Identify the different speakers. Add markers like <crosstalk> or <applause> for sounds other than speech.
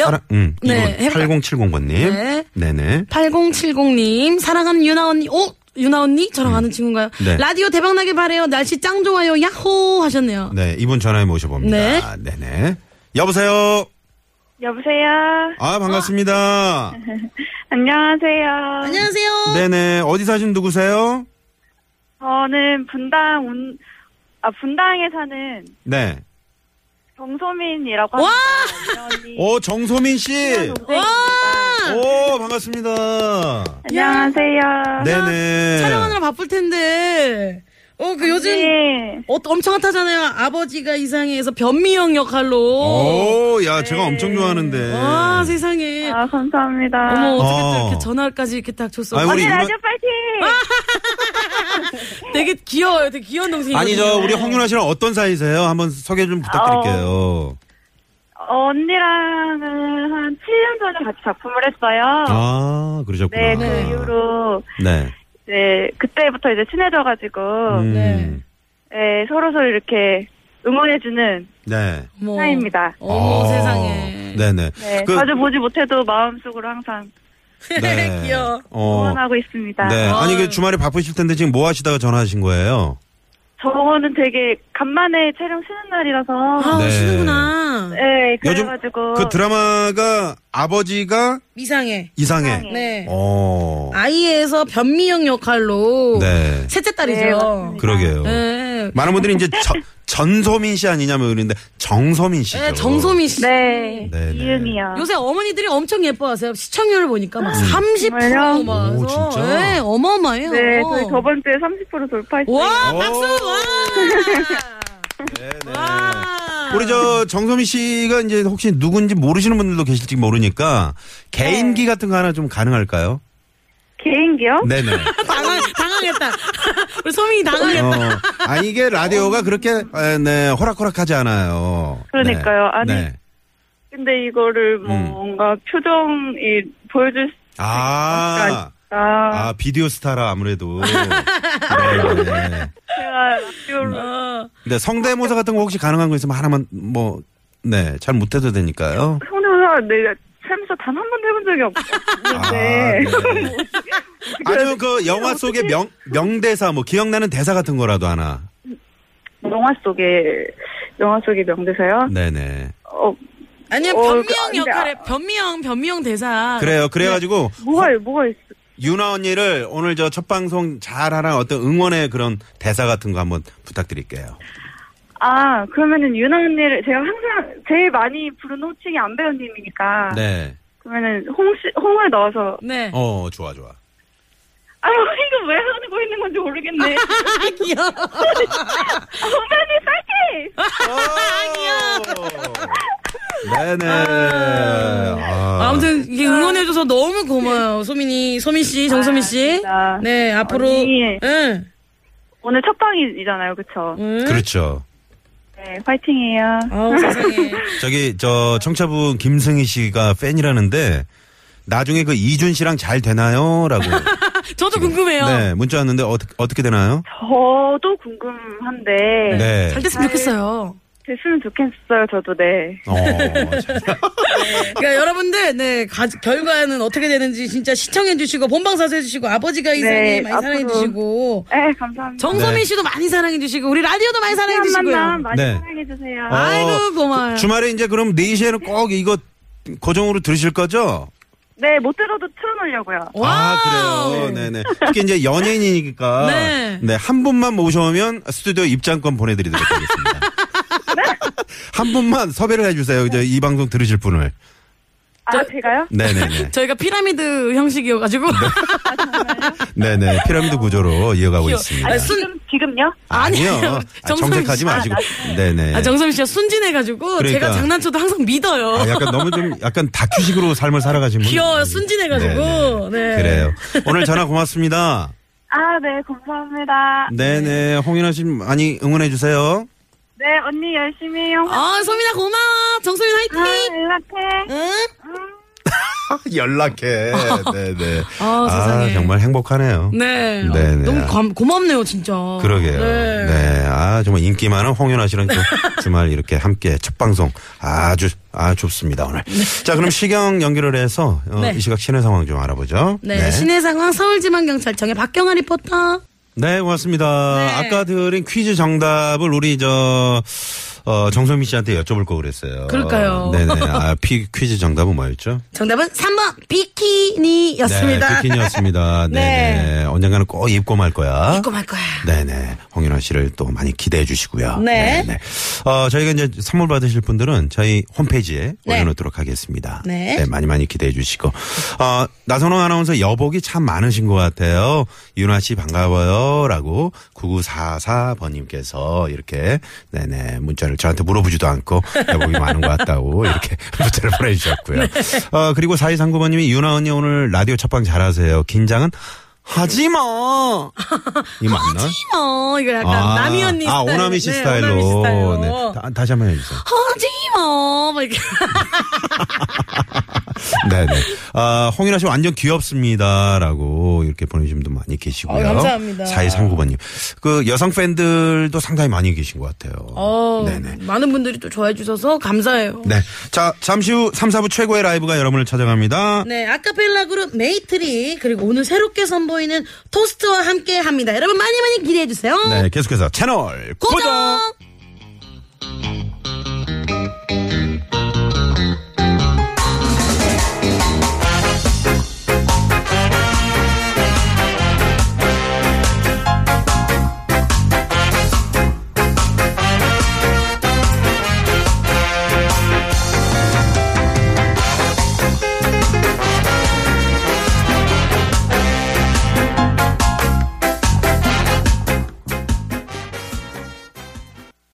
Speaker 1: 여-
Speaker 2: 사랑, 음,
Speaker 1: 네,
Speaker 2: 이분
Speaker 1: 해볼까요?
Speaker 2: 8070번님.
Speaker 1: 네.
Speaker 2: 네. 네
Speaker 1: 8070님, 사랑하는 유나 언니, 어? 유나 언니? 저랑 아는 친구인가요?
Speaker 2: 네.
Speaker 1: 라디오 대박나게 바래요. 날씨 짱 좋아요. 야호! 하셨네요.
Speaker 2: 네, 이분 전화해 모셔봅니다. 네. 네 여보세요?
Speaker 3: 여보세요. 어.
Speaker 2: 아, 반갑습니다.
Speaker 3: 안녕하세요.
Speaker 1: 안녕하세요.
Speaker 2: 네네. 어디 사신 누구세요?
Speaker 3: 저는 분당 운, 아 분당에 사는
Speaker 2: 네.
Speaker 3: 정소민이라고
Speaker 1: 와!
Speaker 3: 합니다. 언니 언니
Speaker 2: 오, 정소민 씨.
Speaker 3: 동생입니다.
Speaker 2: 오, 반갑습니다.
Speaker 3: 안녕하세요.
Speaker 2: 네네.
Speaker 1: 촬영하느라 바쁠 텐데. 어, 그 요즘
Speaker 3: 네.
Speaker 1: 어, 엄청 핫하잖아요. 아버지가 이상해에서 변미영
Speaker 2: 어.
Speaker 1: 역할로.
Speaker 2: 오, 야, 제가 엄청 좋아하는데.
Speaker 1: 와, 세상에.
Speaker 3: 아 감사합니다.
Speaker 1: 어머, 어떻게
Speaker 2: 네. 아.
Speaker 1: 또 이렇게 전화까지 이렇게 딱 줬어.
Speaker 2: 아니, 우리 아!
Speaker 3: 언니
Speaker 2: 이만-
Speaker 3: 라디오 파이팅!
Speaker 1: 되게 귀여워요. 되게 귀여운 동생이.
Speaker 2: 아니, 저, 우리 홍윤아 씨랑 어떤 사이세요? 한번 소개 좀 부탁드릴게요.
Speaker 3: 언니랑은 한 7년 전에 같이 작품을 했어요.
Speaker 2: 아, 그러셨구나.
Speaker 3: 네, 그 이후로
Speaker 2: 네.
Speaker 3: 네 그때부터 이제 친해져가지고
Speaker 2: 음,
Speaker 1: 네.
Speaker 3: 네, 서로 서로 이렇게 응원해주는
Speaker 2: 네.
Speaker 1: 어머.
Speaker 3: 사이입니다.
Speaker 1: 어머,
Speaker 2: 아,
Speaker 1: 세상에. <laughs>
Speaker 2: 네네. 그,
Speaker 3: 네, 자주 보지 못해도 마음속으로 항상
Speaker 2: 네.
Speaker 1: 귀여워.
Speaker 2: 어,
Speaker 3: 응원하고 있습니다.
Speaker 2: 네. 아니, 그
Speaker 1: 아유.
Speaker 2: 주말에 바쁘실 텐데 지금 뭐 하시다가 전화하신 거예요?
Speaker 3: 저는 되게 간만에 촬영 쉬는 날이라서
Speaker 1: 아,
Speaker 2: 네.
Speaker 1: 쉬는구나.
Speaker 3: 네
Speaker 2: 요즘
Speaker 3: 그래가지고
Speaker 2: 그 드라마가 아버지가
Speaker 1: 이상해.
Speaker 2: 이상해.
Speaker 3: 이상해.
Speaker 1: 네.
Speaker 2: 어.
Speaker 1: 아이에서 변미영 역할로.
Speaker 2: 네.
Speaker 1: 셋째
Speaker 3: 네,
Speaker 1: 딸이죠.
Speaker 3: 맞습니다.
Speaker 2: 그러게요.
Speaker 1: 네.
Speaker 2: 많은 분들이 이제 저- 전소민 씨 아니냐면 그러는데 정소민 씨죠.
Speaker 1: 네, 정소민 씨.
Speaker 3: 네,
Speaker 2: 네, 네.
Speaker 3: 이은이요.
Speaker 1: 요새 어머니들이 엄청 예뻐하세요. 시청률을 보니까 막 30%막
Speaker 2: 정말요? 음. 오,
Speaker 1: 해서.
Speaker 2: 진짜?
Speaker 1: 네, 어마어마해요.
Speaker 3: 네 저희 저번 주에 30% 돌파했어요.
Speaker 1: 와,
Speaker 2: 오.
Speaker 1: 박수! 와!
Speaker 2: 네네.
Speaker 1: 와.
Speaker 2: 우리 저 정소민 씨가 이제 혹시 누군지 모르시는 분들도 계실지 모르니까 개인기
Speaker 3: 네.
Speaker 2: 같은 거 하나 좀 가능할까요?
Speaker 3: 개인기요?
Speaker 2: 네네.
Speaker 1: 당황, 당황했다. <laughs> 우리 소민이 당황했다.
Speaker 2: 어, 아 이게 라디오가 그렇게 에, 네 호락호락하지 않아요. 네.
Speaker 3: 그러니까요. 아니, 근데 이거를 뭐
Speaker 2: 음.
Speaker 3: 뭔가 표정이 보여줄 수
Speaker 2: 아,
Speaker 3: 있다.
Speaker 2: 아 비디오 스타라 아무래도. 네, 네.
Speaker 3: 제가 라디오로
Speaker 1: 어.
Speaker 2: 네, 성대모사 같은 거 혹시 가능한 거 있으면 하나만 뭐 네, 잘 못해도 되니까요.
Speaker 3: 성대모사 내가 살면서 단 한 번도 해본 적이
Speaker 2: 아,
Speaker 3: 없는데
Speaker 2: <laughs> 아주 그 영화 속의 명, 명대사, 뭐 기억나는 대사 같은 거라도 하나. 네.
Speaker 3: 영화 속에 영화 속의 명대사요.
Speaker 2: 네네.
Speaker 3: 어
Speaker 1: 아니면
Speaker 3: 어,
Speaker 1: 변미영
Speaker 3: 근데 아.
Speaker 1: 역할에, 변미영, 변미영 대사.
Speaker 2: 그래요. 그래가지고
Speaker 3: 뭐가 뭐가 있어?
Speaker 2: 유나 언니를 오늘 저 첫 방송 잘하라는 어떤 응원의 그런 대사 같은 거 한번 부탁드릴게요.
Speaker 3: 아 그러면은 유나 언니를 제가 항상 제일 많이 부르는 호칭이 안 배우님이니까
Speaker 2: 네.
Speaker 3: 그러면은 홍씨 홍을 넣어서
Speaker 1: 네.
Speaker 2: 어, 좋아, 좋아.
Speaker 3: 아 이거 왜 하고 있는 뭐 건지 모르겠네.
Speaker 1: 아, <laughs> 귀여워.
Speaker 3: 선배님 파이팅!
Speaker 2: 네네. 아.
Speaker 1: 아무튼 이게 응원해줘서 너무 고마워요. 소민이, 소민 씨, 정소민 씨.
Speaker 3: 아, 진짜.
Speaker 1: 네, 앞으로. 예.
Speaker 3: 언니.
Speaker 1: 응.
Speaker 3: 오늘 첫 방이잖아요, 그쵸?
Speaker 1: 응.
Speaker 2: 그렇죠.
Speaker 3: 네, 파이팅이에요.
Speaker 1: 아우, 세상에.
Speaker 2: 저기 저 청차분 김승희 씨가 팬이라는데 나중에 그 이준 씨랑 잘 되나요라고
Speaker 1: 저도 궁금해요.
Speaker 2: 네 문자 왔는데 어떻게 어떻게 되나요?
Speaker 3: 저도 궁금한데
Speaker 2: 네.
Speaker 1: 잘 됐으면 좋겠어요.
Speaker 3: 됐으면 좋겠어요, 저도 네.
Speaker 2: 어, 잘-
Speaker 1: 그러니까 여러분들, 네, 가- 결과는 어떻게 되는지 진짜 시청해주시고, 본방사수 해주시고, 아버지가 이상해
Speaker 3: 네,
Speaker 1: 많이
Speaker 3: 앞으로.
Speaker 1: 사랑해주시고,
Speaker 3: 네, 감사합니다.
Speaker 1: 정소민
Speaker 2: 네.
Speaker 1: 씨도 많이 사랑해주시고, 우리 라디오도 많이
Speaker 3: 한 만남
Speaker 1: 사랑해주시고요.
Speaker 3: 많이
Speaker 2: 네.
Speaker 3: 사랑해주세요.
Speaker 1: <laughs>
Speaker 2: 어,
Speaker 1: 아이고, 고마워요.
Speaker 2: 그 주말에 이제 그럼 4시에는 꼭 이거 고정으로 들으실 거죠?
Speaker 3: 네, 못 들어도 틀어놓으려고요.
Speaker 2: 아, 그래요. 네네. 특히 이제
Speaker 1: <laughs>
Speaker 2: 연예인이니까.
Speaker 1: 네.
Speaker 2: 한 분만 모셔오면 스튜디오 입장권 보내드리도록
Speaker 1: <laughs>
Speaker 2: 하겠습니다. 한 분만 섭외를 해주세요. 이제 이 방송 들으실 분을.
Speaker 3: 아, 제가요?
Speaker 2: 네네네.
Speaker 1: 저희가 피라미드 형식이어가지고.
Speaker 2: 네.
Speaker 1: <laughs>
Speaker 2: 네네. 피라미드 구조로 이어가고 있습니다.
Speaker 1: 아, 순,
Speaker 3: 지금, 지금요?
Speaker 2: 아니요.
Speaker 1: 아니에요.
Speaker 2: 아, 정색하지
Speaker 1: 정성민 씨.
Speaker 2: 마시고. 네네.
Speaker 1: 아, 정소민 씨가 순진해가지고,
Speaker 2: 그러니까.
Speaker 1: 제가 장난쳐도 항상 믿어요.
Speaker 2: 아, 약간 너무 좀 약간 다큐식으로 삶을 살아가신
Speaker 1: <laughs>
Speaker 2: 분.
Speaker 1: 귀여워요. 순진해가지고. 네.
Speaker 2: 그래요. 오늘 전화 고맙습니다.
Speaker 3: 아, 네, 감사합니다.
Speaker 2: 네네. 홍인아 씨 많이 응원해주세요.
Speaker 3: 네, 언니 열심히 해요. 네,
Speaker 1: 아, 소민아 고마워. 정소민 화이팅!
Speaker 3: 아, 연락해.
Speaker 1: 응?
Speaker 2: <laughs> 연락해. 네네.
Speaker 1: 아, 세상에.
Speaker 2: 정말 행복하네요.
Speaker 1: 네. 어,
Speaker 2: 네, 네.
Speaker 1: 너무
Speaker 2: 아.
Speaker 1: 감- 고맙네요, 진짜.
Speaker 2: 그러게요. 네.
Speaker 1: 네.
Speaker 2: 아, 정말 인기 많은 홍윤아
Speaker 1: <laughs>
Speaker 2: 씨랑 또 주말 이렇게 함께 첫 방송 아주, 아, 좋습니다, 오늘. 자, 그럼 시경 연결을 해서 어,
Speaker 1: 네.
Speaker 2: 이 시각 시내 상황 좀 알아보죠.
Speaker 1: 네, 시내 상황 서울지방경찰청의 박경아 리포터.
Speaker 2: 네, 고맙습니다.
Speaker 1: 네.
Speaker 2: 아까 드린 퀴즈 정답을 우리 저, 어, 정소미 씨한테 여쭤볼 거 그랬어요.
Speaker 1: 그럴까요?
Speaker 2: 네네. 아, 피, 퀴즈
Speaker 1: <laughs>
Speaker 2: 정답은 뭐였죠?
Speaker 1: 정답은 3번 비키니였습니다.
Speaker 2: 네, 비키니였습니다.
Speaker 1: <laughs> 네.
Speaker 2: 네네. 언젠가는 꼭 입고 말 거야.
Speaker 1: 입고 말 거야.
Speaker 2: 네네. 홍윤아 씨를 또 많이 기대해 주시고요.
Speaker 1: 네.
Speaker 2: 네네. 어, 저희가 이제 선물 받으실 분들은 저희 홈페이지에
Speaker 1: 네.
Speaker 2: 올려놓도록 하겠습니다.
Speaker 1: 네.
Speaker 2: 많이 많이 기대해 주시고. 어, 나선호 아나운서 여복이 참 많으신 것 같아요. 윤아 씨 반가워요. 라고 9944번님께서 이렇게 네네. 문자를 저한테 물어보지도 않고 여복이 많은 것 같다고 이렇게 <laughs> 문자를 보내주셨고요.
Speaker 1: 네.
Speaker 2: 어, 그리고 4239번님이 윤아 언니 오늘 라디오 첫방 잘하세요. 긴장은 하지 마!
Speaker 1: <laughs>
Speaker 2: 이 맞나?
Speaker 1: 어, 이거 약간 남이 언니
Speaker 2: 아,
Speaker 1: 스타일.
Speaker 2: 오나미 씨
Speaker 1: 네,
Speaker 2: 스타일로.
Speaker 1: 오나미 스타일로.
Speaker 2: 네. 다, 다시 한번 해주세요.
Speaker 1: 하지 마. 막
Speaker 2: <laughs>
Speaker 1: 이렇게.
Speaker 2: 네네. 아, 홍인아 씨 완전 귀엽습니다. 라고 이렇게 보내주신 분도 많이 계시고요.
Speaker 1: 어, 감사합니다.
Speaker 2: 4239번님. 그 여성 팬들도 상당히 많이 계신 것 같아요.
Speaker 1: 어,
Speaker 2: 네네.
Speaker 1: 많은 분들이 또 좋아해 주셔서 감사해요.
Speaker 2: 네. 자, 잠시 후 3, 4부 최고의 라이브가 여러분을 찾아갑니다.
Speaker 1: 네, 아카펠라 그룹 메이트리 그리고 오늘 새롭게 선보이는 토스트와 함께 합니다. 여러분 많이 많이 기대해 주세요.
Speaker 2: 네, 계속해서 네, 채널
Speaker 1: 고정!